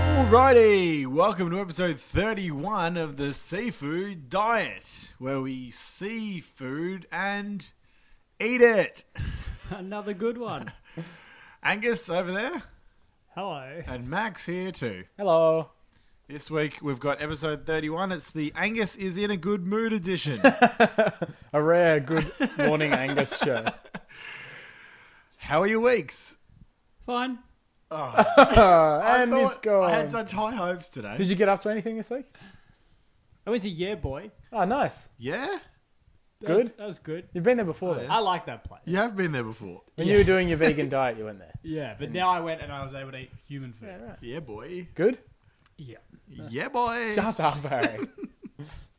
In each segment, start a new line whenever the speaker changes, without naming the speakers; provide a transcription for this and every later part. Alrighty, welcome to episode 31 of the Seafood Diet, where we see food and eat it.
Another good one.
Angus over there,
Hello.
and Max here too.
Hello.
This week we've got episode 31. It's the Angus is in a good mood edition.
A rare good morning Angus show.
How are your weeks?
Fine.
Ah, and
Oh, I
it's
thought-
gone.
I had such high hopes today.
Did you get up to anything this week?
I went to Yeah Boy.
Oh, nice.
yeah?
That
Good.
Was, that was good.
You've been there before, though.
I like that place.
You have been there before.
When you were doing your vegan diet, you went there.
Yeah, but now I went and I was able to eat human food.
Yeah, right.
Yeah, boy.
Good?
Yeah.
Yeah, boy.
Shut up, Harry.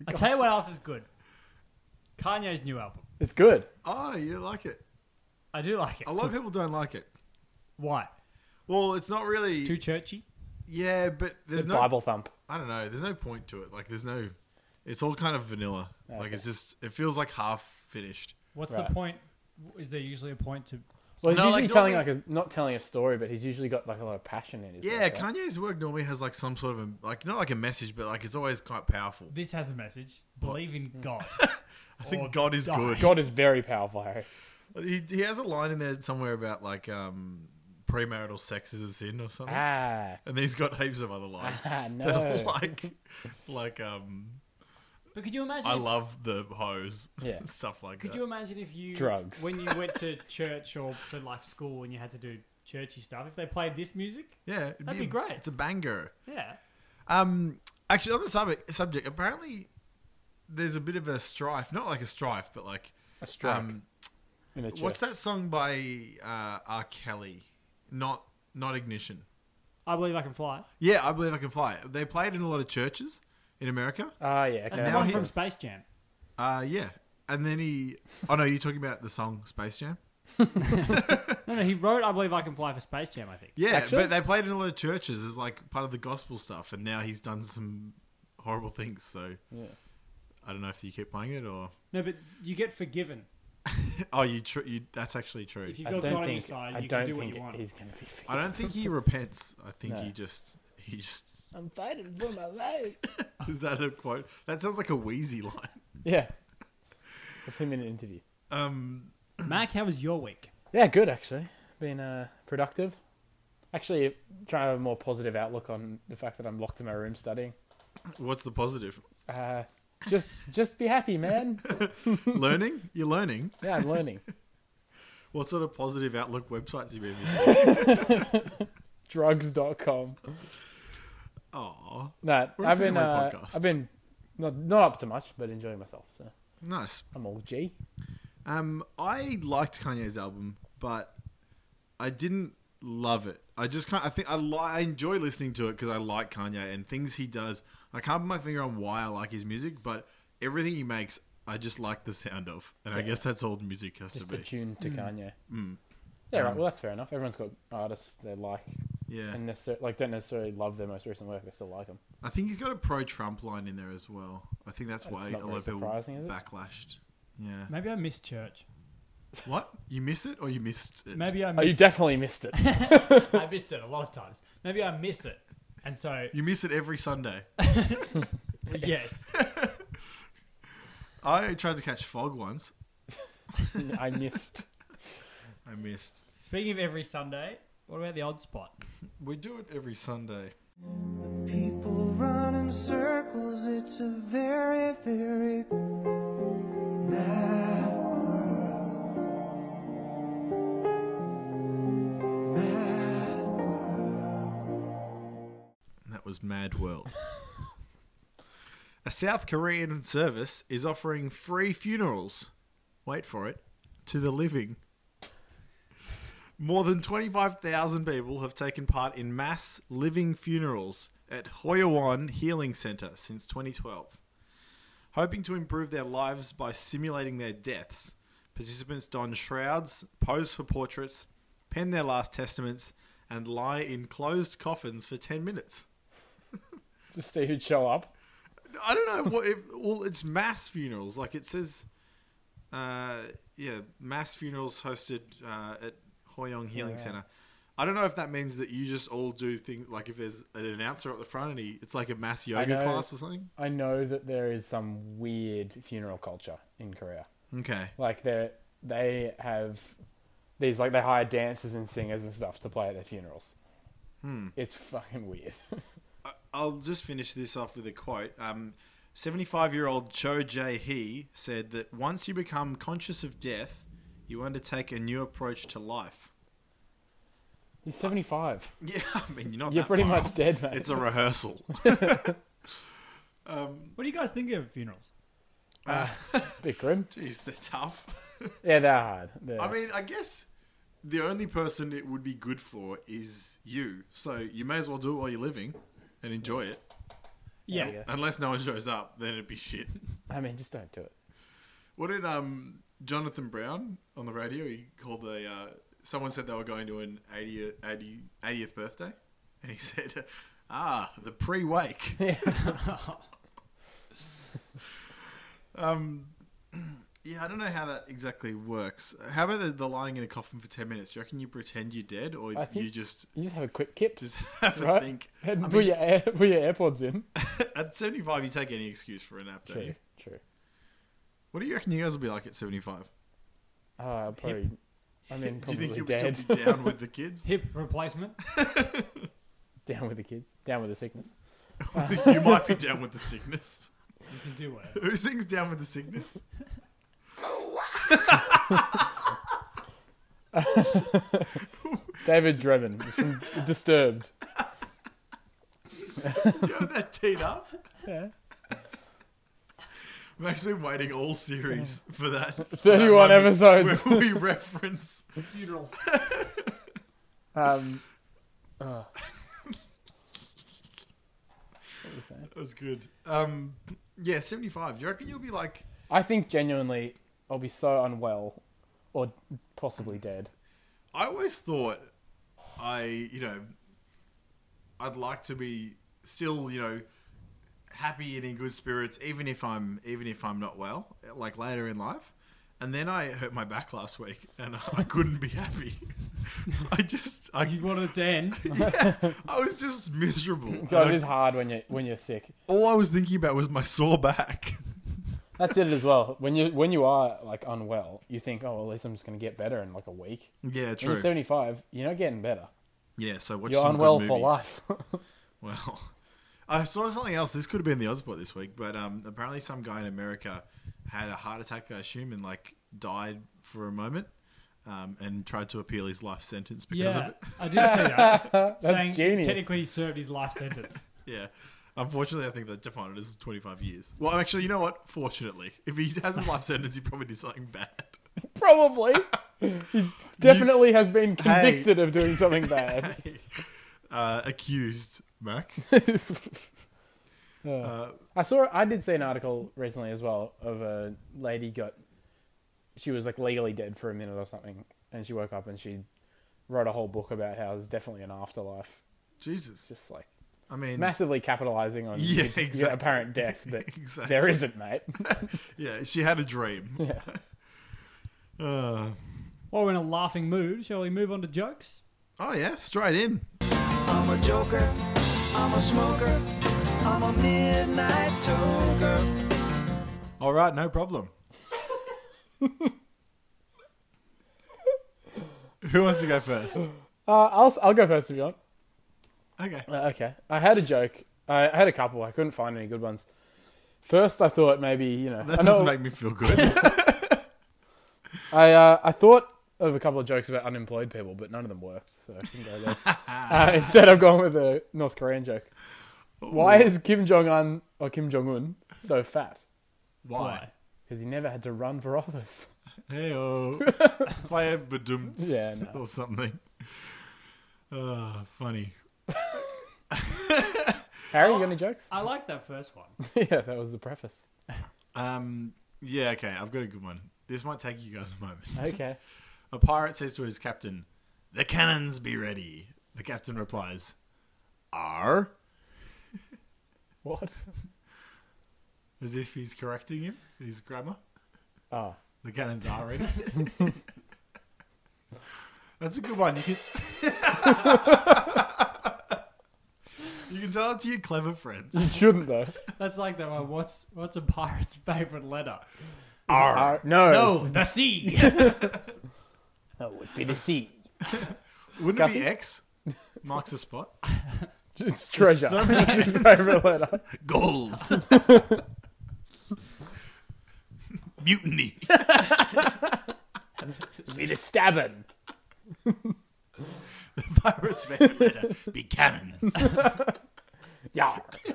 I'll tell you what else is good. Kanye's new album.
It's good.
Oh, you like it.
I do like it.
A lot of people don't like it.
Why?
Well, it's not really.
Too churchy?
Yeah, but there's
The
no.
Bible thump.
I don't know. There's no point to it. Like there's no. It's all kind of vanilla. Like
Okay.
it's just. It feels like half finished.
What's
Right.
the point? Is there usually a point to.
Well, he's
No,
usually
like,
telling, like,
normally-
a, not telling a story, but he's usually got, like, a lot of passion in his
Yeah,
work, right?
Kanye's work normally has like some sort of a, like not like a message, but like it's always quite powerful.
This has a message. Believe in God.
I
Oh,
think God is good.
God is very powerful, Harry.
He, he has a line in there somewhere about like um premarital sex is a sin or something,
Ah.
and then he's got heaps of other lines.
Ah,
that are
no.
like like um
But could you imagine?
I
if-
love the hose.
Yeah.
stuff like
Could
that.
you imagine if you
Drugs.
when you went to church or to like school and you had to do churchy stuff? If they played this music,
yeah, it'd
That'd
a-
be great.
It's a banger.
yeah,
Um, actually, on the subject, subject, apparently there's a bit of a strife. Not like a strife, but like
A strike
um,
in a
what's
church.
that song by uh, R. Kelly? Not not Ignition.
I believe I can fly.
Yeah, I believe I can fly. They play it in a lot of churches in America.
Ah, yeah.
That's
Okay.
the
now
one
he-
from Space Jam.
Uh, yeah, and then he. Oh no, you're talking about the song Space Jam.
No, no, he wrote "I Believe I Can Fly" for Space Jam. I think.
Yeah,
Actually-
but they played it in a lot of churches as like part of the gospel stuff, and now he's done some horrible things. So
Yeah.
I don't know if you keep playing it or.
No, but you get forgiven
Oh, you, tr- you that's actually true.
if you've
I
got God on
don't
your
think,
side.
I
you can
don't
do what
think
you want.
he's going to be fixed.
I don't think he repents. I think
No.
he just he just
I'm fighting for my life.
is that a quote? That sounds like a wheezy line.
Yeah. It's him in an interview.
Um,
Mac, how was your week?
Yeah, good actually. Been uh, productive. Actually, trying to have a more positive outlook on the fact that I'm locked in my room studying.
what's the positive?
Uh, just, just be happy, man.
learning? You're learning.
Yeah, I'm learning.
What sort of positive outlook websites you been visiting?
Drugs.com.
Oh,
Nah,
We're a
I've been,
family
uh,
podcast.
I've been not not up to much, but enjoying myself. So
nice.
I'm all G.
Um, I liked Kanye's album, but I didn't love it. I just can't. I think I li- I enjoy listening to it because I like Kanye and things he does. I can't put my finger on why I like his music, but everything he makes, I just like the sound of, and I
Yeah.
guess that's all music has
Just
to be.
attuned to Kanye.
Mm.
Yeah,
Um,
right. Well, that's fair enough. Everyone's got artists they like
Yeah,
and necessar- like don't necessarily love their most recent work. They still like them.
I think he's got a pro-Trump line in there as well. I think that's
That's
why
not
a lot of
very
people
surprising, is it?
backlashed. Yeah.
Maybe I missed church.
What? You miss it or you missed it?
Maybe I
Oh, you
missed.
definitely missed it.
I missed it a lot of times. Maybe I miss it, and so
You miss it every Sunday.
yes,
I tried to catch fog once.
I missed.
I missed.
Speaking of every Sunday, what about the odd spot?
We do it every Sunday.
People run in circles, it's a very, very mad world. Mad world.
That was Mad World. a South Korean service is offering free funerals. Wait for it. To the living. More than 25,000 people have taken part in mass living funerals at Hoyawon Healing Center since 2012. Hoping to improve their lives by simulating their deaths, participants don shrouds, pose for portraits, pen their last testaments, and lie in closed coffins for 10 minutes.
Just see who'd show up.
I don't know what. If, well, it's mass funerals. Like it says, uh, yeah, mass funerals hosted uh, at Hoyong Healing
Yeah.
Center. I don't know if that means that you just all do things like if there's an announcer at the front and he, it's like a mass yoga
know.
class or something.
I know that there is some weird funeral culture in Korea.
Okay.
Like they they have these like they hire dancers and singers and stuff to play at their funerals.
Hmm.
It's fucking weird.
I- I'll just finish this off with a quote. Um, 75 year old Cho Jae Hee said that once you become conscious of death, you undertake a new approach to life.
He's seventy five.
Yeah, I mean, you're not
You're
that
pretty
far
much
off.
dead, mate.
It's a rehearsal. um,
What do you guys think of funerals?
bit grim.
geez, they're tough.
Yeah, they're hard. They're-
I mean, I guess the only person it would be good for is you. So you may as well do it while you're living and enjoy it.
Yeah.
yeah.
Unless no one shows up, then it'd be shit.
I mean, just don't do it.
What did um Jonathan Brown on the radio? He called the uh, someone said they were going to an 80th, 80, 80th birthday, and he said, "Ah, the pre-wake." um, yeah, I don't know how that exactly works. How about the, the lying in a coffin for ten minutes? Do you reckon you pretend you're dead, or
I think-
you just
You just have a quick kip.
just have a
Right.
think?
And
I
put
mean-
your air, put your AirPods in.
At seventy-five, you take any excuse for a nap, don't
True,
you?
true.
What do you reckon you guys will be like at seventy-five?
Uh, probably. I mean,
Do you
probably
think you'll
dead.
still be down with the kids?
Hip replacement.
down with the kids. Down with the sickness.
I think you might be down with the sickness.
You can do whatever.
Who sings Down with the Sickness?
David Drebin from Disturbed.
you know that teed up?
Yeah.
We've actually been waiting all series for that. for that
31
moment
episodes.
Where we reference.
Funerals.
Um. Oh. What were you saying?
That was good. Um, yeah, 75. Do you reckon you'll be like.
I think genuinely, I'll be so unwell, or possibly dead.
I always thought I, you know, I'd like to be still, you know, happy and in good spirits, even if I'm, even if I'm not well, like later in life. And then I hurt my back last week, and I couldn't be happy. I just, I,
you wanted it to end.
yeah, I was just miserable.
God,
And
it
I-
is hard when you when you're sick.
all I was thinking about was my sore back.
That's it as well. When you when you are like unwell, you think, oh, well, at least I'm just gonna get better in like a week.
yeah,
When
true.
you're 75, you're not getting better.
Yeah, so watch
you're
some good
unwell for
movies.
life.
Well, I saw something else. This could have been the Ozbot this week, but um, apparently some guy in America had a heart attack, I assume, and like died for a moment, um, and tried to appeal his life sentence because of
Yeah,
it.
I did see that.
That's
saying
genius.
technically he served his life sentence.
Yeah. Unfortunately, I think they defined it as 25 years. Well, actually, you know what? Fortunately, if he has his life sentence, he probably did something bad.
Probably. he definitely has been convicted of doing something bad.
Uh, accused, Mac.
Uh,
Uh,
I saw. I did see an article recently as well of a lady got. She was like legally dead for a minute or something, and she woke up and she wrote a whole book about how there's definitely an afterlife. It's
Jesus.
just like
I mean,
massively capitalizing on
Yeah,
your- your
exactly.
apparent death, but
Exactly.
there isn't, mate.
yeah, she had a dream.
Yeah.
Uh,
While we're in a laughing mood, shall we move on to jokes?
oh, yeah, straight in.
I'm a joker, I'm a smoker, I'm a midnight toker.
All right, no problem. Who wants to go first?
Uh, I'll s- I'll go first if you want.
Okay.
Uh, okay. I had a joke. I I had a couple. I couldn't find any good ones. First, I thought maybe you know.
That
I
doesn't
know.
make me feel good.
I uh, I thought of a couple of jokes about unemployed people, but none of them worked, so I couldn't go with those. uh, instead, I've gone with a North Korean joke. Why is Kim Jong Un or Kim Jong Un so fat?
Why?
Because he never had to run for office.
Hey, oh. Play a badum
Yeah, no.
or something. Uh, funny.
Harry, you got any jokes?
I like that first one.
yeah, that was the preface.
Um, yeah, okay, I've got a good one. This might take you guys a moment.
Okay.
A pirate says to his captain, The cannons be ready. The captain replies, Are?
What?
As if he's correcting him, his grammar.
Oh.
The cannons are ready. That's a good one. You can. you can tell it to your clever friends.
You shouldn't though.
That's like that one. What's what's a pirate's favorite letter?
Uh, no.
No,
it's-
the sea.
No, it would be the sea.
Wouldn't it
Gussie?
be X? Marks a spot.
It's treasure. That's his favorite letter.
Gold. Mutiny.
Be the stabbing.
Pirates' favorite letter be cannons.
Yeah.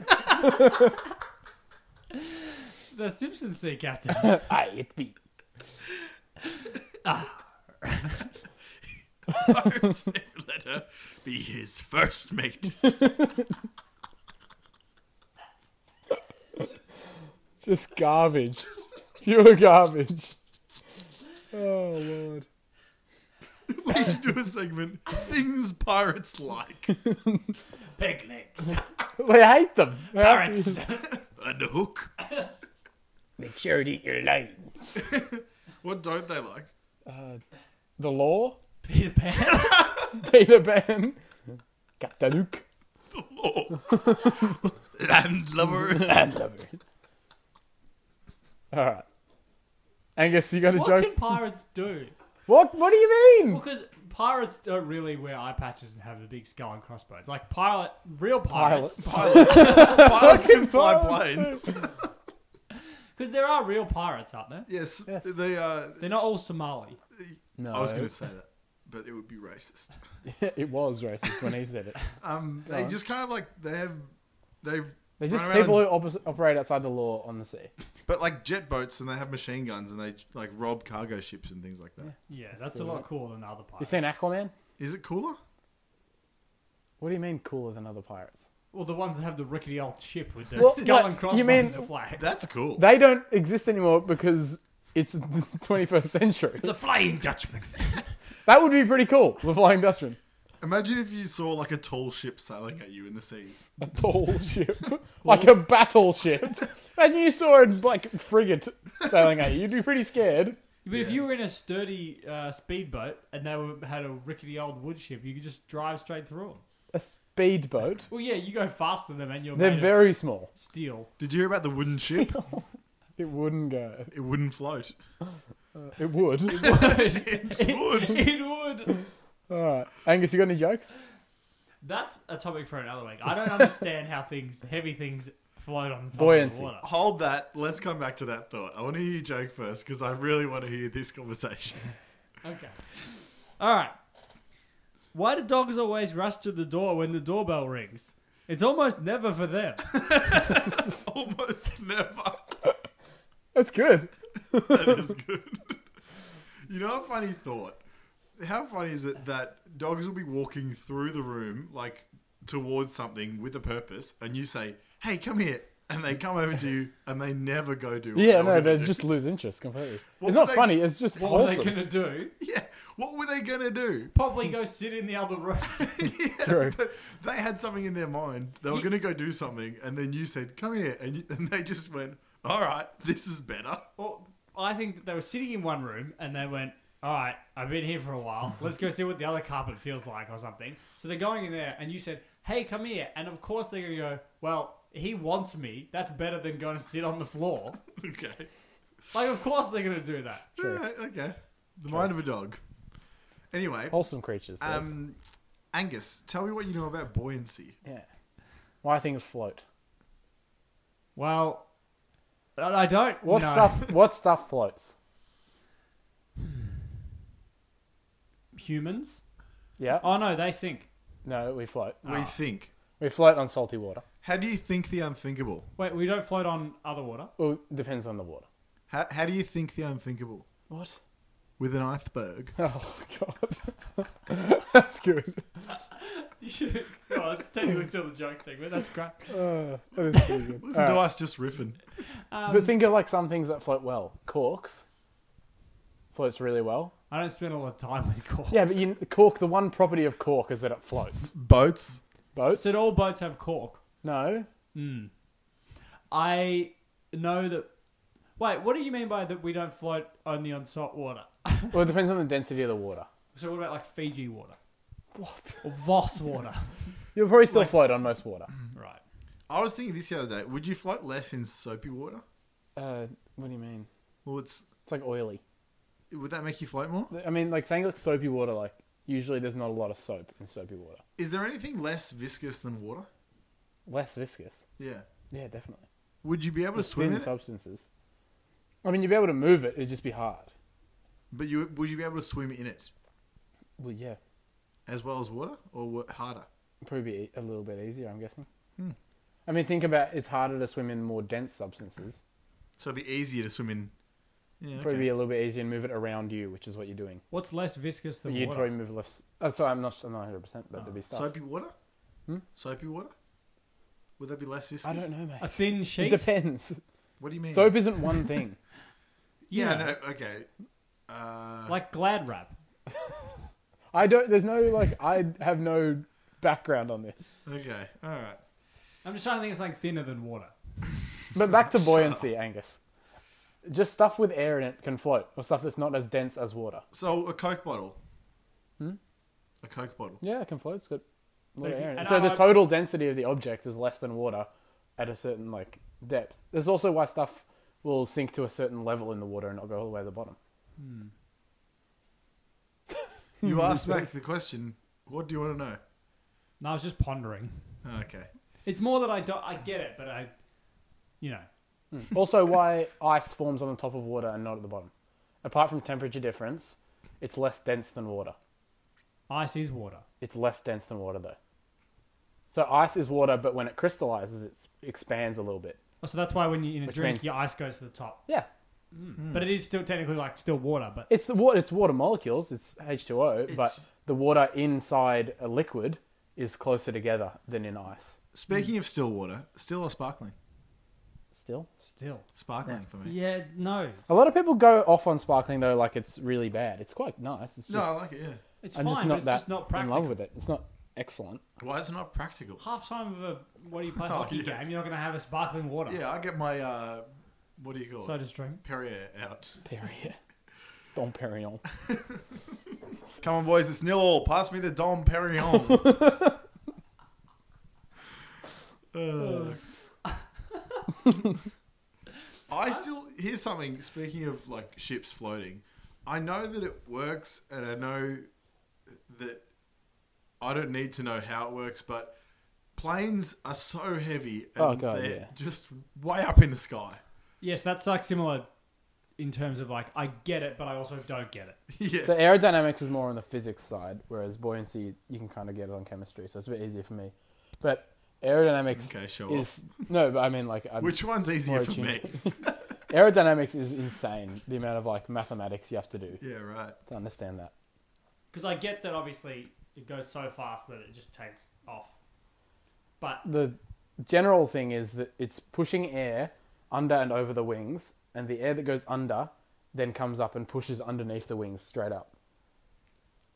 the Simpsons sea captain.
Aye, it be.
Pirates' favorite letter be his first mate.
Just garbage. Pure garbage. Oh lord.
We should do a segment. Things pirates like.
Picnics.
We hate them.
Pirates.
And a hook.
Make sure to eat your limes.
What don't they like?
The law.
Peter Pan.
Peter Pan. Captain Hook.
Landlubbers.
All right. Angus, you got a
What
joke?
can pirates do?
What? What do you mean?
Because pirates don't really wear eye patches and have a big skull and crossbones. Like pilot, real
Pilots.
pirates.
Pilots can fly
pilots
planes.
Because there are real pirates, aren't there?
Yes,
Yes.
they are.
They're not all Somali.
No,
I was going to say that, but it would be racist.
it was racist when he said it.
Um, they
on.
just kind of like they have, they've.
They're
run
just
around
people
in-
who op- operate outside the law on the sea.
but like jet boats, and they have machine guns, and they like rob cargo ships and things like that. Is
Yeah, that's a
So-
lot cooler than other
You
pirates.
seen Aquaman?
it cooler?
What do you mean cooler than other pirates?
well, the ones that have the rickety old ship with the
Well,
skull
like,
and
you
crossbones
mean-
and the flag.
That's cool.
They don't exist anymore because it's the 21st century.
the Flying Dutchman.
That would be pretty cool. The Flying Dutchman,
Imagine if you saw like a tall ship sailing at you in the seas.
a tall ship, like a battleship. Imagine you saw a like frigate sailing at you. You'd be pretty scared.
But if you were in a sturdy uh, speedboat and they were, had a rickety old wood ship, you could just drive straight through them.
A speedboat.
Well, yeah, you go faster than them and you're
They're
made of
very small.
steel.
Did you hear about the wooden ship?
It wouldn't go.
It wouldn't float.
It
It
would.
would.
it would.
All right, Angus, you got any jokes?
That's a topic for another week. I don't understand how things, heavy things, float on the top of
Buoyancy.
the water.
Hold that. Let's come back to that thought. I want to hear your joke first because I really want to hear this conversation.
Okay. All right. Why do dogs always rush to the door when the doorbell rings? It's almost never for them.
Almost never.
That's good.
That is good. You know, a funny thought. How funny is it that dogs will be walking through the room, like towards something with a purpose, and you say, "Hey, come here," and they come over to you, and they never go do. What
Yeah,
were
no,
gonna
they
do.
just lose interest completely.
What would
it's not
they-
funny. It's just
What were
wholesome.
they gonna do?
yeah. What were they gonna do?
Probably go sit in the other room.
True.
But they had something in their mind. They were
You-
gonna go do something, and then you said, "Come here," and, you, and they just went, "All right, this is better."
Well, I think that they were sitting in one room and they went, "All right, I've been here for a while. Let's go see what the other carpet feels like or something." So they're going in there, and you said, "Hey, come here," and of course they're gonna go, "Well, he wants me. That's better than going to sit on the floor."
Okay.
Like, of course they're gonna do that.
True.
Yeah, okay. The mind of a dog. Anyway,
Wholesome creatures. those.
um, Angus, tell me what you know about buoyancy.
yeah. Why things float?
Well, I I don't.
What
know.
stuff? What stuff floats?
Humans.
Yeah.
Oh no, they sink.
No, we float.
We think.
We float on salty water.
How do you think the unthinkable?
Wait, we don't float on other water.
Well, depends on the water.
How, how do you think the unthinkable?
What?
With an iceberg.
Oh god. That's good.
well, it's technically still the joke segment. That's great.
Uh, that is pretty good.
Listen
All
to
right.
us just riffing.
But think of like some things that float well. Corks floats really well.
I don't spend a lot of time with corks.
Yeah, but you, cork. The one property of cork is that it floats.
Boats.
Boats.
Said all boats have cork.
no.
I know that. Wait, what do you mean by that? We don't float only on salt water.
Well, it depends on the density of the water.
So what about like Fiji water
What?
or Voss water?
You'll probably still float on most water.
right.
I was thinking this the other day. Would you float less in soapy water?
Uh, what do you mean?
Well, it's
It's like oily.
would that make you float more?
I mean, like saying like soapy water. Like usually, there's not a lot of soap in soapy water.
Is there anything less viscous than water?
Less viscous.
Yeah.
Yeah, definitely.
Would you be able to
With
swim
thin
in it?
substances. I mean, you'd be able to move it. It'd just be hard.
But you would you be able to swim in it
Well, yeah,
as well as water, or wa- harder?
probably be a little bit easier. I'm guessing.
Hmm.
I mean, think about it's harder to swim in more dense substances.
So it'd be easier to swim in. Yeah.
Probably be
Okay.
a little bit easier and move it around you, which is what you're doing.
What's less viscous
But
than
you'd
water?
probably move less. Oh, sorry, I'm not. I'm not 100, percent but there'd be stuff.
Soapy water.
Hmm?
Soapy water. Would that be less viscous?
I don't know,
A
mate.
thin
It
sheet.
depends.
What do you mean?
Soap isn't one thing.
Yeah.
Yeah.
No, okay. Uh,
like Glad wrap.
I don't. There's no like. I have no background on this.
okay. All right.
I'm just trying to think of something thinner than water.
But back to buoyancy, Angus. Just stuff with air in it can float, or stuff that's not as dense as water.
So a Coke bottle. Hmm? A Coke bottle.
Yeah, it can float. It's got a lot
But
of
if you-
air in it.
and
So
I-
the total density of the object is less than water at a certain like depth. There's also why stuff will sink to a certain level in the water and not go all the way to the bottom.
You
Hmm.
asked Max the question. What do you want to know? Oh,
No, I was just pondering.
Okay.
It's more that I don't. I get it, but I, you know,
also, why ice forms on the top of water and not at the bottom. Apart from temperature difference, it's less dense than water.
ice is water.
It's less dense than water though. So ice is water, but when it crystallizes, it s- expands a little bit.
Oh, so that's why when you're in a
Which
drink,
means-
your ice goes to the top.
Yeah,
But it is still technically like still water. But
it's the water. It's water molecules. It's H two O, but
It's-
the water inside a liquid is closer together than in ice.
Speaking of still water, still or sparkling?
Still,
still,
Sparkling for me.
yeah, no,
a lot of people go off on sparkling though, like it's really bad. It's quite nice. It's
No,
just
I like it. Yeah.
it's
I'm
fine.
just
but
not
it's
that
just not
in
practical.
love with it. It's not excellent.
Why is it not practical?
Half time of a what do you play
Oh,
hockey
yeah.
game, you're not going to have a sparkling water.
Yeah, I get my uh, what do you call
So
it?
just drink.
Perrier out.
Period. Dom Perignon.
Come on, boys, it's nil all. Pass me the Dom Perignon. Uh, I still here's something. Speaking of like ships floating, I know that it works, and I know that I don't need to know how it works, but planes are so heavy. And
Oh, God,
they're
yeah.
just way up in the sky.
Yes, that's like similar in terms of like I get it, but I also don't get it.
yeah.
So aerodynamics is more on the physics side, whereas buoyancy you can kind of get it on chemistry, so it's a bit easier for me. But aerodynamics
Okay, show
is no, but I mean like I'm,
Which one's easier
More
for me?
attuned. aerodynamics is insane. The amount of like mathematics you have to do
yeah, right.
to understand that.
Because I get that obviously it goes so fast that it just takes off. But
The general thing is that it's pushing air under and over the wings, and the air that goes under then comes up and pushes underneath the wings straight up.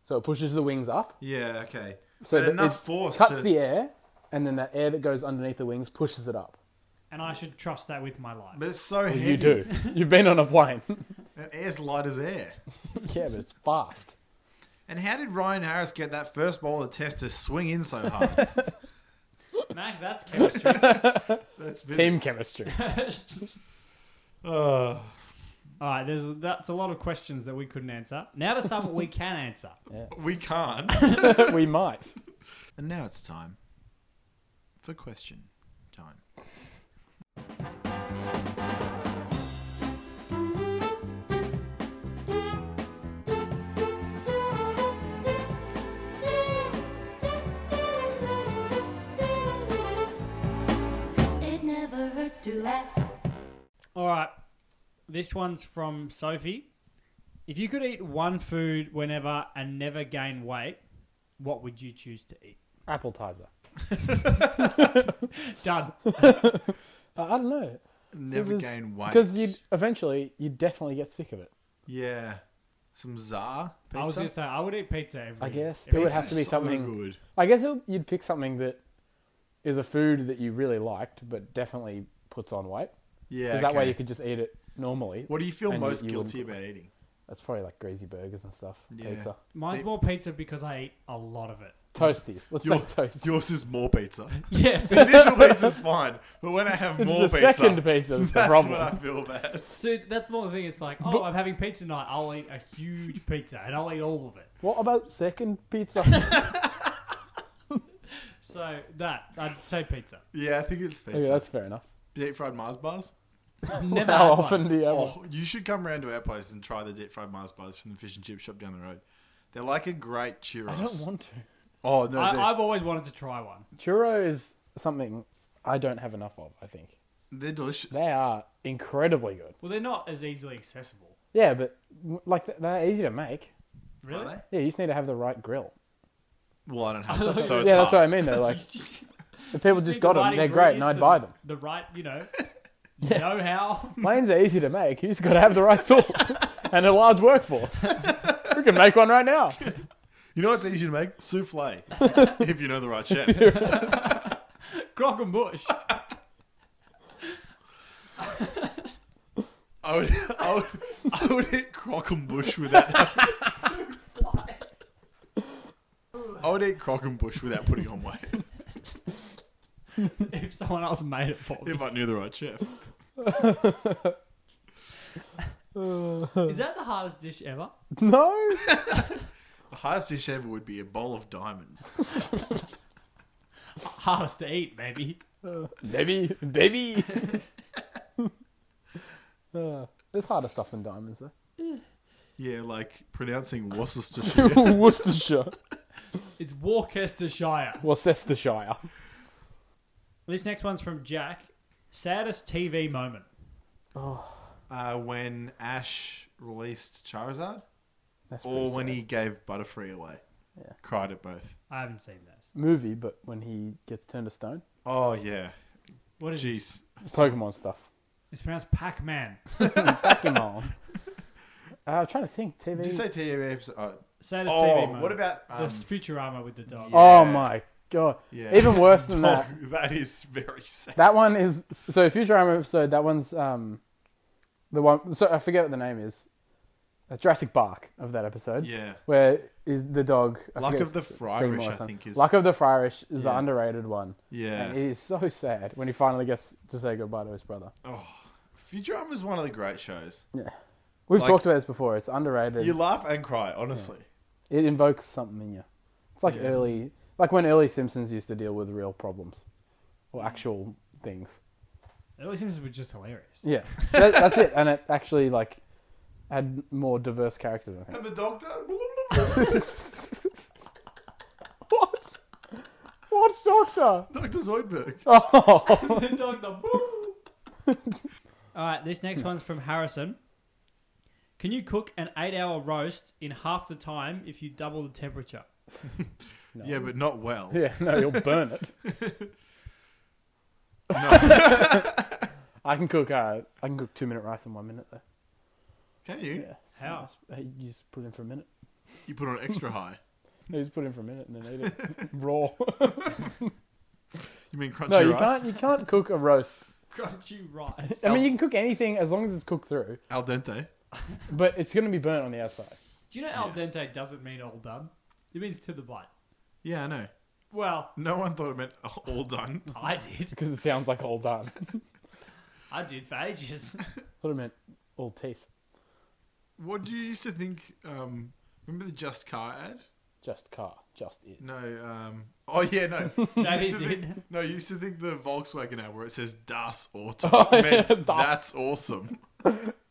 So it pushes the wings up,
Yeah, okay.
So
But
that
enough
it
force
cuts
to-
the air, and then that air that goes underneath the wings pushes it up.
and I should trust that with my life.
But it's so
Well,
heavy.
you do. You've been on a plane.
And air's light as air.
yeah, but it's fast.
And how did Ryan Harris get that first ball of the test to swing in so hard?
Mac, that's chemistry.
That's been-
Team chemistry.
Ugh.
All right, there's that's a lot of questions that we couldn't answer. Now to some we can answer.
we can't.
we might.
and now it's time for question time.
It never hurts to ask.
All right, this one's from Sophie. If you could eat one food whenever and never gain weight, what would you choose to eat?
Appletizer.
Done.
I, I don't know.
Never gain weight.
Because you eventually you definitely get sick of it.
Yeah. Some czar pizza.
I was gonna say I would eat pizza every.
I
Mm.
guess
every-
it would have to
Pizza's
be
so
something.
good.
I guess it'll, you'd pick something that is a food that you really liked, but definitely puts on weight.
Yeah.
Because that way
okay.
you could just eat it normally.
What do you feel
and you-
most
you
guilty
wouldn't-
about eating?
That's probably like greasy burgers and stuff.
Yeah.
Pizza.
Mine's
They-
more pizza because I eat a lot of it.
Toasties. Let's
Your-
say toasties.
Yours is more pizza.
Yes.
The initial pizza's fine, but when I have
It's
more
the
pizza,
second pizza that's the
that's
problem.
what I feel bad.
so that's more the thing. It's like, oh, I'm having pizza night. I'll eat a huge pizza and I'll eat all of it.
What about second pizza?
So that I'd say pizza.
Yeah, I think it's pizza.
okay, that's fair enough.
Deep fried Mars bars.
Never had
How
one.
often do you have one?
Oh, you should come round to our place and try the deep fried Mars bars from the fish and chip shop down the road. They're like a great churros.
I don't want to.
oh no, they're,
I, I've always wanted to try one.
Churro is something I don't have enough of, I think.
they're delicious.
They are incredibly good.
Well, they're not as easily accessible.
Yeah, but w- like th- they're easy to make.
Really?
Are
Yeah, you just need to have the right grill.
Well, I don't have that, so it's
yeah,
hard.
that's what I mean though. Like the people just got them, they're great, and I'd buy them.
The right, you know, know how.
Planes are easy to make. You just got to have the right tools and a large workforce. we can make one right now.
You know what's easy to make? Souffle. if you know the right chef.
Grog and Bush.
I would, I would, I would hit Crockenbush without. I would eat Crockenbush without putting on weight
if someone else made it for me.
if I knew the right chef.
Is that the hardest dish ever?
No,
The highest dish ever would be a bowl of diamonds.
Hardest to eat, maybe.
baby, baby. uh, there's harder stuff than diamonds though.
Yeah, like pronouncing Worcestershire.
Worcestershire,
It's Worcestershire.
Worcestershire.
This next one's from Jack. Saddest TV moment.
uh, when Ash released Charizard,
That's
or
pretty
when
sad.
he gave Butterfree away.
Yeah.
Cried at both.
I haven't seen this.
movie, but when he gets turned to stone,
Oh yeah.
What is it?
Jeez.
Pokemon stuff.
It's pronounced Pac-Man.
Pokemon. uh, I'm trying to think. TV.
Did you say TV episode? Oh,
Saddest TV
oh
moment.
what about
the
um,
Futurama with the dog?
oh
Yeah.
my god!
Yeah.
Even worse than
Oh,
that.
that is very sad.
That one is so Futurama episode. That one's um, the one. So I forget what the name is. Uh, Jurassic Bark of that episode.
Yeah.
Where is the dog? I
Luck
forget
of the
it's
Friarish,
Seymour or
I
something.
think is-
Luck of the Friarish is the
Yeah.
underrated one.
Yeah.
And it is so sad when he finally gets to say goodbye to his brother.
Futurama is one of the great shows.
We've
Like-
talked about this before. It's underrated.
You laugh and cry, honestly.
It invokes something in you. It's like
Yeah.
early, like when early Simpsons used to deal with real problems
Mm.
or actual things.
It always seems to be just hilarious.
Yeah, that, that's it. And it actually like had more diverse characters. I
And
think.
the doctor.
what? What doctor?
Dr. Zoidberg.
Oh,
the dog, the boo. All right, this next one's from Harrison. Can you cook an eight-hour roast in half the time if you double the temperature?
Yeah, but not well.
yeah. No, you'll burn it. I can cook. Uh, I can cook two minute rice in one minute though.
Can you?
Yeah. it's
How?
nice. Uh, You just put it in for a minute.
You put on extra high.
No, you just put it in for a minute and then eat it raw.
You mean crunchy
no, you
rice?
can't. You can't cook a roast. Oh.
Crunchy rice.
I mean, you can cook anything as long as it's cooked through,
Al dente.
but it's going to be burnt on the outside.
Do you know al dente doesn't mean all done? It means to the bite.
Yeah, I know.
Well,
No one thought it meant all done.
I did.
Because it sounds like all done.
I did for ages.
Thought it meant all teeth.
What do you used to think? Um, remember the Just Car ad?
Just car. Just is.
No. Um, oh, yeah, no. You
That
used
is
to
it.
think- no, you used to think the Volkswagen ad where it says Das Auto
Oh, yeah,
meant
Das.
that's awesome.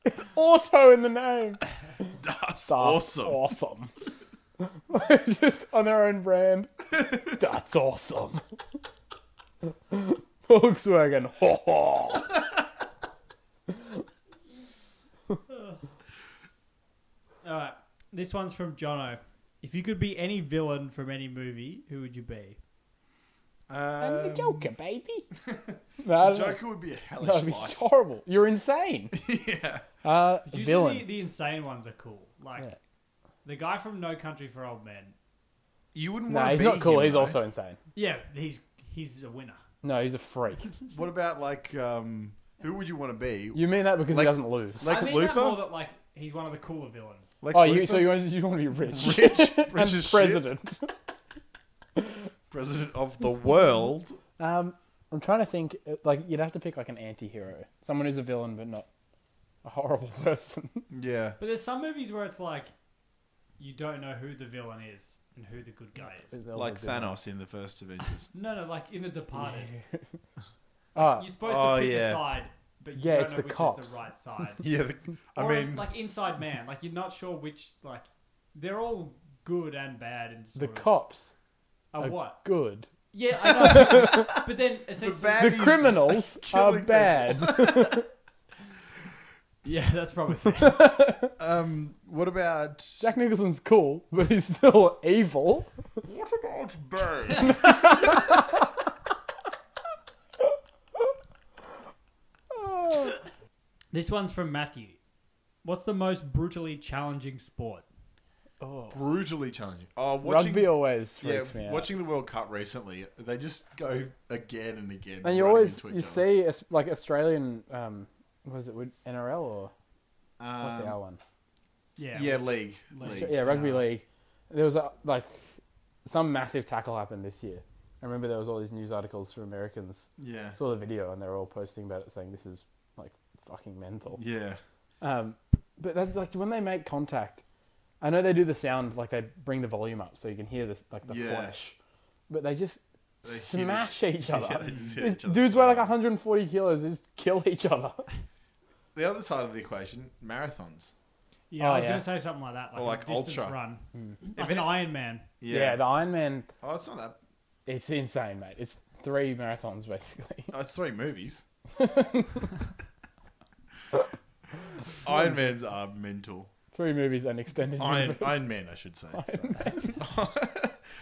It's auto in the name.
Das,
That's
awesome.
awesome. Just on their own brand. That's awesome. Volkswagen. Ho ho.
All right, this one's from Jono. If you could be any villain from any movie, who would you be?
I'm the
Um,
Joker, baby. no, I don't know.
Joker would be a
That
hellish
would be
life.
horrible. You're insane. yeah. Uh,
Usually
villain.
The, the insane ones are cool. Like
Yeah.
the guy from No Country for Old Men.
You wouldn't
No,
want to
he's
be
not cool.
him,
He's
though.
also insane.
Yeah, he's he's a winner.
No, he's a freak.
What about like um, who would you want to be?
You mean that because
Like-
he doesn't lose?
like-
I
Lex
mean that
Luthor?
more that like he's one of the cooler villains.
Lex
Oh, you,
Luthor?
so you want, you want to be rich?
rich, rich
and
as shit.
president.
president of the world.
Um, I'm trying to think. uh, Like, you'd have to pick like an anti-hero. someone who's a villain but not a horrible person.
Yeah.
But there's some movies where it's like you don't know who the villain is and who the good guy is.
Like Thanos in the first Avengers.
No, no, like in The Departed,
Ah,
you're supposed
Oh,
to pick
yeah.
a side, but you
Yeah,
don't
it's
know
the
which is
cops.
the right side.
yeah. the- I
or
mean,
like Inside Man, like you're not sure which. Like they're all good and bad and
the
sort of,
cops
are
are
what?
good.
Yeah, I know. but then
the
essentially,
The
baddies.
criminals
killing
are
people.
bad.
yeah, that's probably fair.
Um, what about
Jack Nicholson's cool, but he's still evil.
What about Bane?
this one's from Matthew. What's the most brutally challenging sport?
Brutally challenging. Oh, watching,
Rugby always
yeah,
freaks me out.
watching the World Cup recently, they just go again and again.
and you
running
always
into
you
each other.
see as- like Australian um what is it with NRL or what's
Um,
our one?
Yeah,
Yeah, league.
League.
league.
Yeah, rugby league. There was a, like some massive tackle happened this year. I remember there was all these news articles from Americans.
Yeah.
I saw the video and they were all posting about it saying this is like fucking mental.
Yeah.
Um, but that, like when they make contact, I know they do the sound like they bring the volume up so you can hear this like the
Yeah.
flash, but they just
They hit
smash each other.
Yeah, they just hit
These
each other
dudes
so
weigh like
hard.
140 kilos, they just kill each other.
The other side of the equation, marathons.
Yeah,
Oh,
I was
yeah. Hmm.
gonna say something like that, like,
Or
a
like
distance
Ultra.
run,
If
like
it-
an Iron Man.
Yeah.
the Iron Man,
oh, it's not that.
it's insane, mate. It's three marathons basically.
Oh, it's three movies. Iron Man's are mental.
three movies and extended
Iron,
movies.
Iron Man, I should say. Sorry.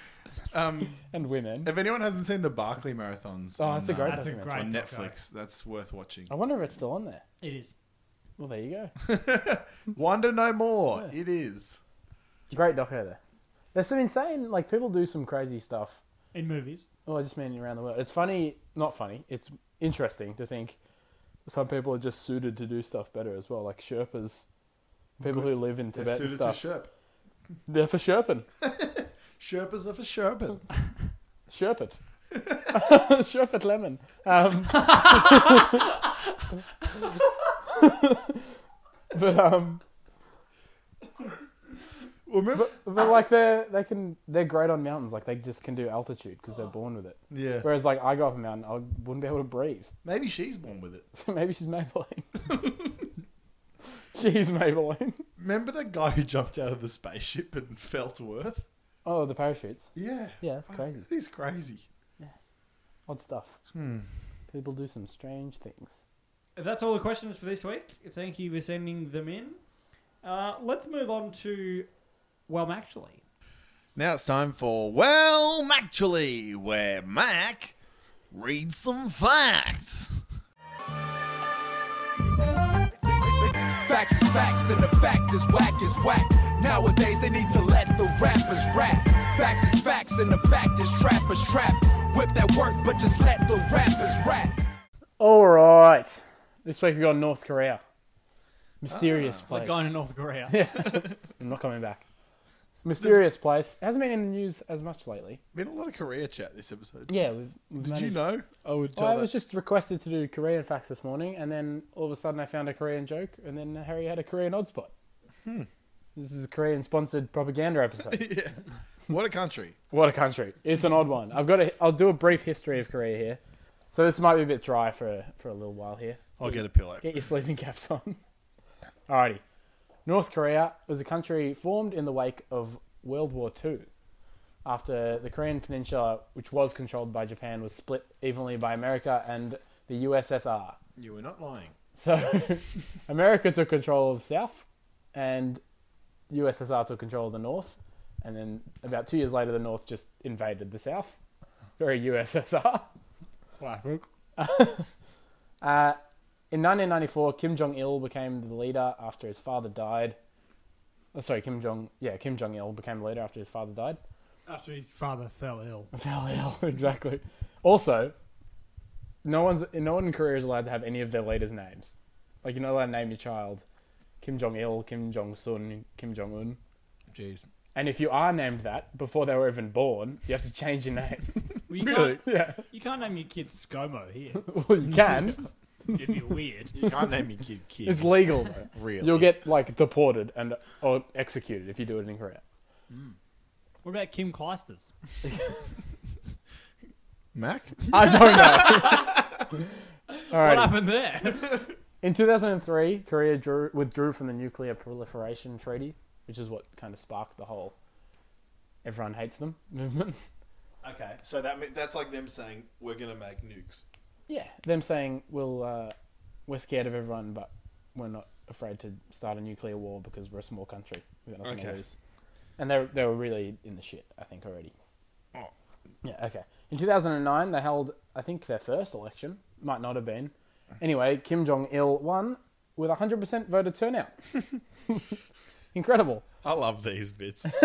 um,
and women.
if anyone hasn't seen the Barclay marathons,
Oh,
on,
that's a
uh,
great.
That's a
documentary. Oh.
great-
on
doc,
Netflix, that's worth watching.
I wonder if it's still on there.
It is.
Well, there you go.
Wonder no more. It is.
Great doco there. There's some insane, like people do some crazy stuff.
In movies.
Well, Oh, I just mean around the world. It's funny, not funny. It's interesting to think some people are just suited to do stuff better as well, like Sherpas, people who live in
They're
Tibet and
suited
stuff.
to Sherp.
They're for Sherping.
Sherpas are for Sherpin.
Sherpet. Sherpet lemon. Um, but um,
Well, remember?
but like they're they can they're great on mountains. Like they just can do altitude because they're born with it.
Yeah.
Whereas like I go up a mountain, I wouldn't be able to breathe.
Maybe she's born with it.
So maybe she's Maybelline. she's Maybelline.
Remember that guy who jumped out of the spaceship and fell to Earth?
Oh, the parachutes.
Yeah. Oh,
Yeah, that's crazy.
That is crazy.
Odd stuff.
Hmm.
People do some strange things.
That's all the questions for this week. Thank you for sending them in. Uh, let's move on to well, actually.
Now it's time for Well, actually, where Mac reads some facts.
Facts is facts and the fact is whack is whack. Nowadays they need to let the rappers rap. Facts is facts and the fact is trappers trap. Whip that work, but just let the rappers rap.
All right. This week we got North Korea.
Ah,
Mysterious place.
Like going to North Korea. Yeah.
I'm not coming back. Mysterious place. Hasn't been in the news as much lately.
Been a lot of career chat this episode.
Yeah, we've, we've
Did you
managed-
know? Oh, I would
Well,
tell
I
that.
was just requested to do Korean facts this morning, and then all of a sudden I found a Korean joke, and then Harry had a Korean odd spot.
Hmm.
This is a Korean sponsored propaganda episode.
yeah. What a country.
what a country! It's an odd one. I've got. A, I'll do a brief history of Korea here. So this might be a bit dry for for a little while here.
I'll get a pillow.
Get your sleeping caps on. Alrighty. North Korea was a country formed in the wake of World War II after the Korean Peninsula, which was controlled by Japan, was split evenly by America and the USSR.
You were not lying.
So America took control of South and USSR took control of the North. And then about two years later, the North just invaded the South. Very USSR.
Classic.
Uh, in 1994, Kim Jong Il became the leader after his father died. Oh, sorry, Kim Jong yeah Kim Jong Il became the leader after his father died.
After his father fell ill.
Fell ill exactly. Also, no one's no one in Korea is allowed to have any of their leaders' names. Like you're not allowed to name your child Kim Jong Il, Kim Jong Sun, Kim Jong Un.
Jeez.
And if you are named that before they were even born, you have to change your name.
Well, you,
Really?
can't,
yeah,
you can't name your kids ScoMo here.
well you can.
It'd be weird.
You can't name your kid kid.
It's legal. Though.
real.
You'll get like deported and or executed if you do it in Korea.
What about Kim Clijsters?
Mac?
I don't know. All
What
right.
happened there?
In 2003, Korea drew, withdrew from the Nuclear Proliferation Treaty, which is what kind of sparked the whole "everyone hates them" movement.
Okay, so that mea- that's like them saying we're gonna make nukes.
Yeah, them saying we'll uh, we're scared of everyone, but we're not afraid to start a nuclear war because we're a small country. We've got nothing to
Okay.
lose. And they they were really in the shit, I think already. Yeah. Okay. In 2009, they held I think their first election. Might not have been. Anyway, Kim Jong Il won with 100% voter turnout. Incredible.
I love these bits.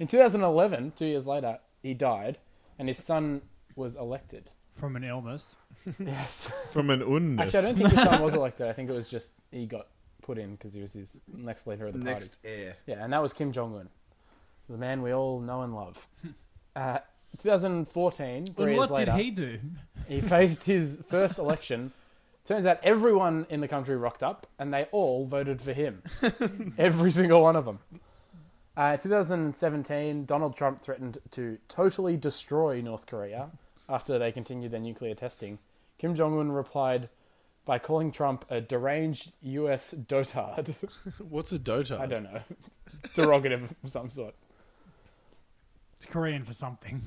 In 2011, two years later, he died, and his son was elected.
From an illness.
Yes.
From an unness.
Actually, I don't think his son was elected. I think it was just he got put in because he was his next leader of the
Next
party.
air.
Yeah, and that was Kim Jong Un, the man we all know and love. Uh, 2014, three
Then
years
what
later,
did
he...
he do?
faced his first election. Turns out everyone in the country rocked up, and they all voted for him. Every single one of them. Uh, 2017, Donald Trump threatened to totally destroy North Korea after they continued their nuclear testing. Kim Jong Un replied by calling Trump a deranged U.S. dotard.
What's a Dota?
I don't know, derogative of some sort.
It's Korean for something.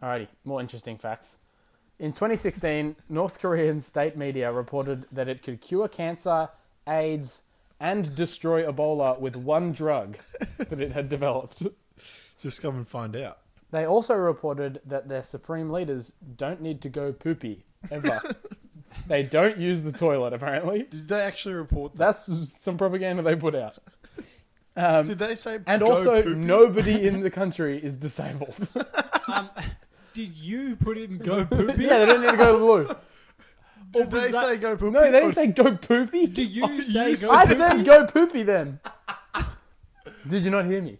Alrighty, more interesting facts. In 2016, North Korean state media reported that it could cure cancer, AIDS, and destroy Ebola with one drug that it had developed.
Just come and find out.
They also reported that their supreme leaders don't need to go poopy ever. they don't use the toilet, apparently.
Did they actually report that?
That's some propaganda they put out. Um,
Did they say
and
go
also,
poopy?
nobody in the country is disabled.
um, did you put in go poopy?
yeah, they don't need to go to the loo.
Did they
that-
say go poopy?
No, they
Or-
didn't say go poopy.
Do Oh, you say go
I
poopy?
said go poopy then. Did you not hear me?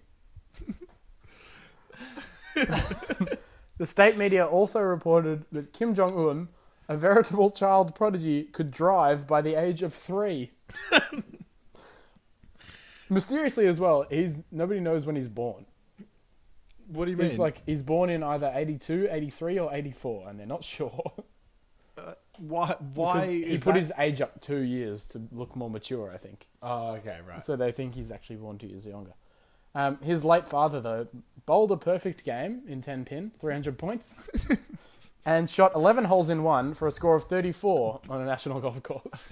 the state media also reported that Kim Jong Un, a veritable child prodigy, could drive by the age of three. Mysteriously, as well, he's nobody knows when he's born.
What do you mean?
He's like he's born in either 82, 83, or 84, and they're not sure.
why? Why
Because he
is
put
that-
his age up two years to look more mature, I think.
Oh, okay, right.
So they think he's actually born two years younger. Um, his late father, though, bowled a perfect game in 10 pin, 300 points, and shot 11 holes in one for a score of 34 on a national golf course.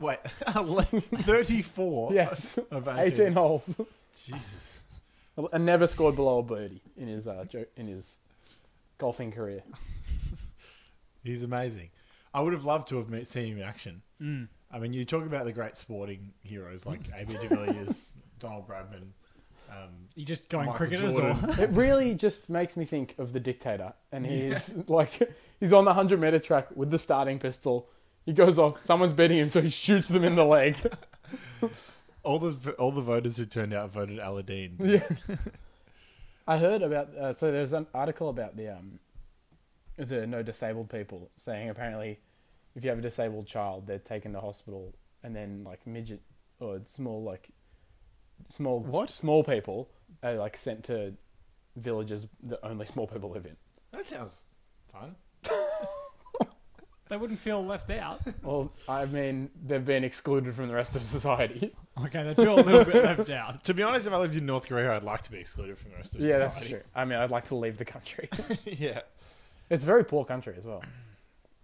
Wait, thirty-four.
yes,
Of 18.
18 holes.
Jesus.
And never scored below a birdie in his, uh, jo- in his golfing career.
He's amazing. I would have loved to have met, seen him in action.
Mm.
I mean, you talk about the great sporting heroes like AB de Villiers, Donald Bradman. Um,
You just going
Michael
cricketers
Jordan.
or
It really just makes me think of the dictator, and he's like, he's on the hundred meter track with the starting pistol. He goes off. Someone's beating him, so he shoots them in the leg.
all the all the voters who turned out voted Aladdin.
Yeah. I heard about uh, so there's an article about the um the no disabled people saying apparently if you have a disabled child they're taken to hospital and then like midget or small like small
What?
small people are like sent to villages that only small people live in.
That sounds fun.
they wouldn't feel left out.
Well, I mean they've been excluded from the rest of society.
Okay, they feel a little bit left out.
To be honest, if I lived in North Korea, I'd like to be excluded from the rest of
yeah, that's
society.
true. I mean I'd like to leave the country.
true. yeah.
it's a very poor country as well.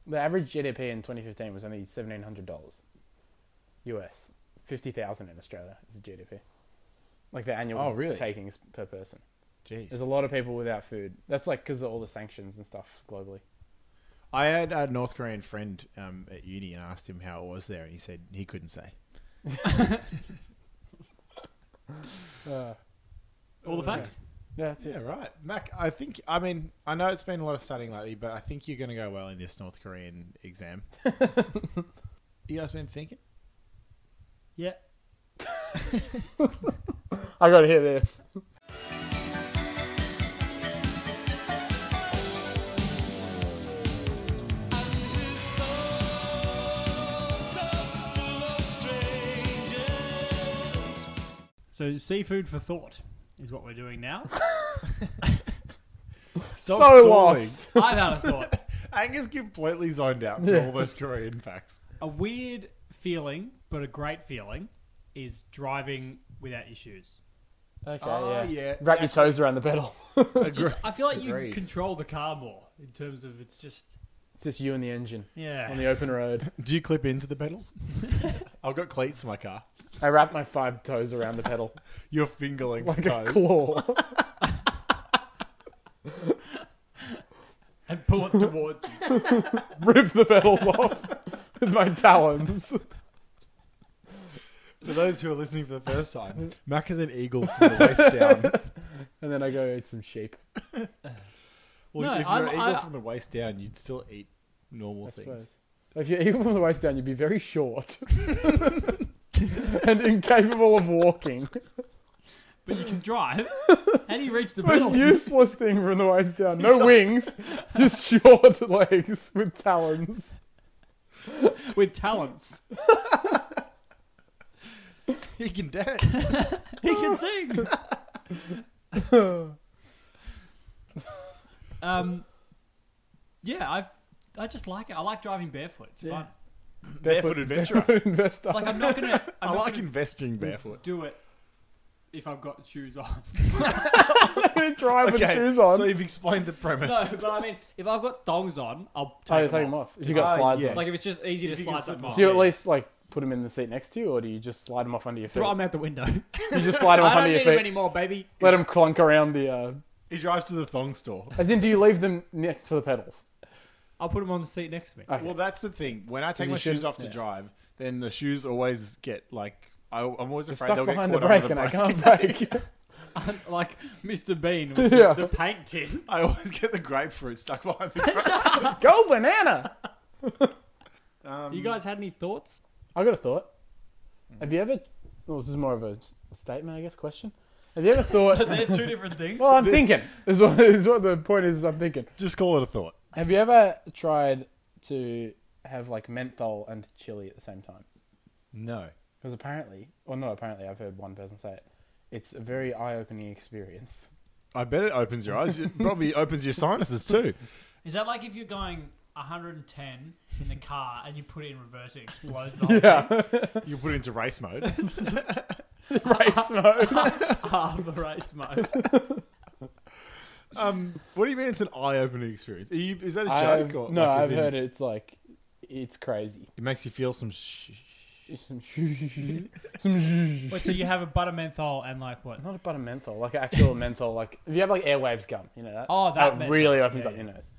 The average GDP in 2015 was only $1,700 US. 50,000 in Australia is the GDP. Like the annual
Oh, really?
takings per person.
Jeez.
There's a lot of people without food. That's like because of all the sanctions and stuff globally.
I had a North Korean friend um, at uni and asked him how it was there, and he said he couldn't say.
Uh,
All the facts.
yeah, that's
Yeah,
it.
right, Mac. I think I mean I know it's been a lot of studying lately, but I think you're going to go well in this North Korean exam. you guys been thinking?
Yeah.
I gotta hear this.
So seafood for thought is what we're doing now.
Stop
so
stalling.
lost.
I've had a thought.
Angus completely zoned out to
Yeah.
all those Korean facts.
A weird feeling, but a great feeling, is driving without your shoes.
Okay,
Oh,
yeah.
yeah.
Wrap your toes around the pedal.
Agree.
Just, I feel like you
Agreed.
control the car more in terms of it's just
it's just you and the engine on
yeah.
the open road.
Do you clip into the pedals? I've got cleats in my car.
I wrap my five toes around the pedal
You're fingering
like
toes.
a claw.
and pull it towards you.
Rip the pedals off with my talons.
For those who are listening for the first time, Mac is an eagle from the waist down.
And then I go eat some sheep.
Well,
No,
if you're
I'm-
an eagle
I-
from the waist down, you'd still eat normal
I
things.
suppose. If you're evil from the waist down, you'd be very short and incapable of walking.
But you can drive. How do you reach the
Most
pedals?
useless thing from the waist down. No wings, just short legs with talons.
With talents.
He can dance.
He can sing. um, yeah, I've I just like it. I like driving barefoot. It's
Yeah.
fun.
Barefoot adventurer.
Barefoot investor.
Like I'm not gonna. I'm
I
not
like
gonna
investing barefoot.
do it if I've got shoes on.
gonna drive with shoes on.
so you've explained the premise.
no, but I mean, if I've got thongs on, I'll
oh, you
take,
take
them
them
off.
off. If you got
Oh,
slides
yeah.
on.
Like if it's just easy to
If you can
slide
slip
them
them
off.
do you at
yeah.
least like put them in the seat next to you, or do you just slide them off under your feet?
throw them out the window?
You just slide them off
I don't
under your
need them
feet.
anymore, baby.
Let them clunk around the. Uh...
He drives to the thong store.
As in, do you leave them next to the pedals?
I'll put them on the seat next to me.
Okay.
Well, that's the thing. When I take
you
my shoes
shouldn't-
off to
yeah.
drive, then the shoes always get like. I, I'm always
They're
afraid
stuck
they'll get
behind
caught
the
under
brake,
the
and I
brake.
can't brake.
like Mr. Bean with
Yeah.
the, the paint tin.
I always get the grapefruit stuck behind the brake.
Go banana!
Um,
You guys had any thoughts?
I got a thought. Have you ever? Well, this is more of a, a statement, I guess. Question. Have you ever thought?
They're two different things.
well, I'm thinking. Is what is what the point is. is I'm thinking.
just call it a thought.
Have you ever tried to have like menthol and chili at the same time?
No.
Because apparently, or not apparently, I've heard one person say it. It's a very eye-opening experience.
I bet it opens your eyes. It probably opens your sinuses too.
Is that like if you're going 110 in the car and you put it in reverse, it explodes the whole
Yeah,
You put it into race mode.
race mode.
half Ah, the race mode?
Um, what do you mean it's an eye-opening experience? Are you, is that a
I've-
joke? Or,
no,
like, as
I've
in,
heard it's like it's crazy.
It makes you feel some. Sh-
It's some some.
Wait, so you have a butter menthol and like what?
Not about a menthol, like an actual menthol. Like if you have like airwaves gum, you know that.
Oh, that menthol.
really opens up
yeah.
your nose.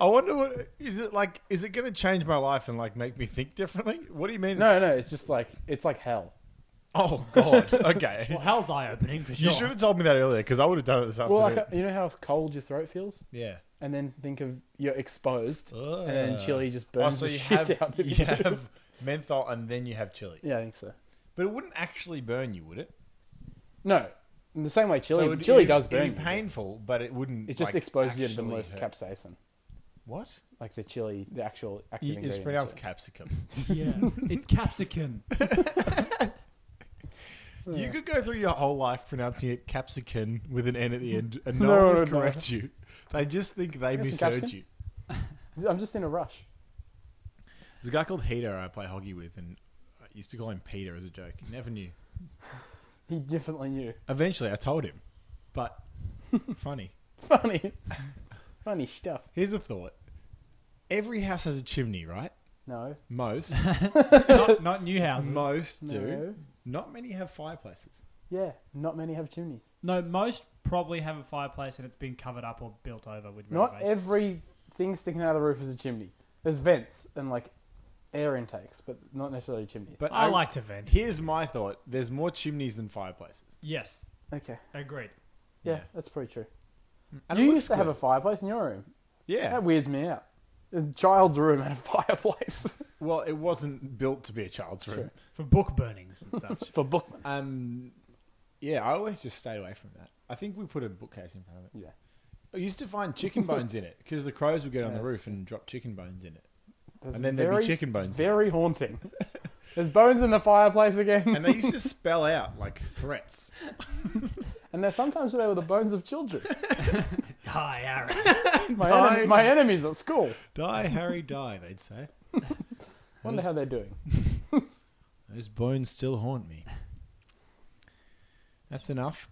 I wonder what is it like? Is it going to change my life and like make me think differently? What do you mean?
No, no, it's just like it's like hell.
Oh God. Okay.
Well, hell's eye opening for
You
sure.
should have told me that earlier because I would have done it this
Well,
afternoon.
like uh, you know how cold your throat feels,
yeah.
and then think of you're exposed, and then chili just burns
Ah. Oh, so
the
you
shit
have,
out. of
you
you.
have menthol and then you have chili.
Yeah, I think so.
But it wouldn't actually burn you, would it?
No, in the same way chili
So it'd-
chili
it'd-
does burn.
It'd be painful, but it wouldn't.
It just
like,
exposes you to the
actually
most
hurt.
capsaicin,
What?
like the chili, the actual active ingredient.
It's
in
pronounced
chili.
capsicum.
Yeah, it's capsicum.
You could go through your whole life pronouncing it capsicum with an N at the end, and no,
No,
one would
no.
correct you. They just think they
Yes,
misheard
capsicum.
you.
I'm just in a rush.
There's a guy called Heater I play hockey with, and I used to call him Peter as a joke. He Never knew.
He definitely knew.
Eventually, I told him, but funny.
Funny, funny stuff.
Here's a thought. Every house has a chimney, right?
No,
Most.
not, not new houses.
most do.
no,
Not many have fireplaces.
yeah. Not many have chimneys.
No, most probably have a fireplace and it's been covered up or built over with
Not
renovations.
every thing sticking out of the roof is a chimney. There's vents and like air intakes, but not necessarily chimneys.
But
I like to vent.
Here's my thought. There's more chimneys than fireplaces.
Yes,
okay,
agreed.
yeah,
Yeah.
that's pretty true.
And it
you
looks
used to have
good.
a fireplace in your room.
yeah.
That weirds me out. a child's room and a fireplace
Well, it wasn't built to be a child's room.
for book burnings and such.
for Bookman.
Um, yeah, I always just stayed away from that. I think we put a bookcase in front of it.
Yeah.
I used to find chicken bones in it because the crows would get on
Yeah,
the
that's
roof and drop chicken bones in it,
There's
and then there'd
very-
be chicken bones. in it.
Very haunting. There's bones in the fireplace again,
And they used to spell out like threats.
and they're sometimes they were the bones of children.
Hi, Aaron.
My,
Die.
enem- my enemies at school.
Die, Harry, die. They'd say.
Wonder how they're doing.
Those bones still haunt me. That's enough.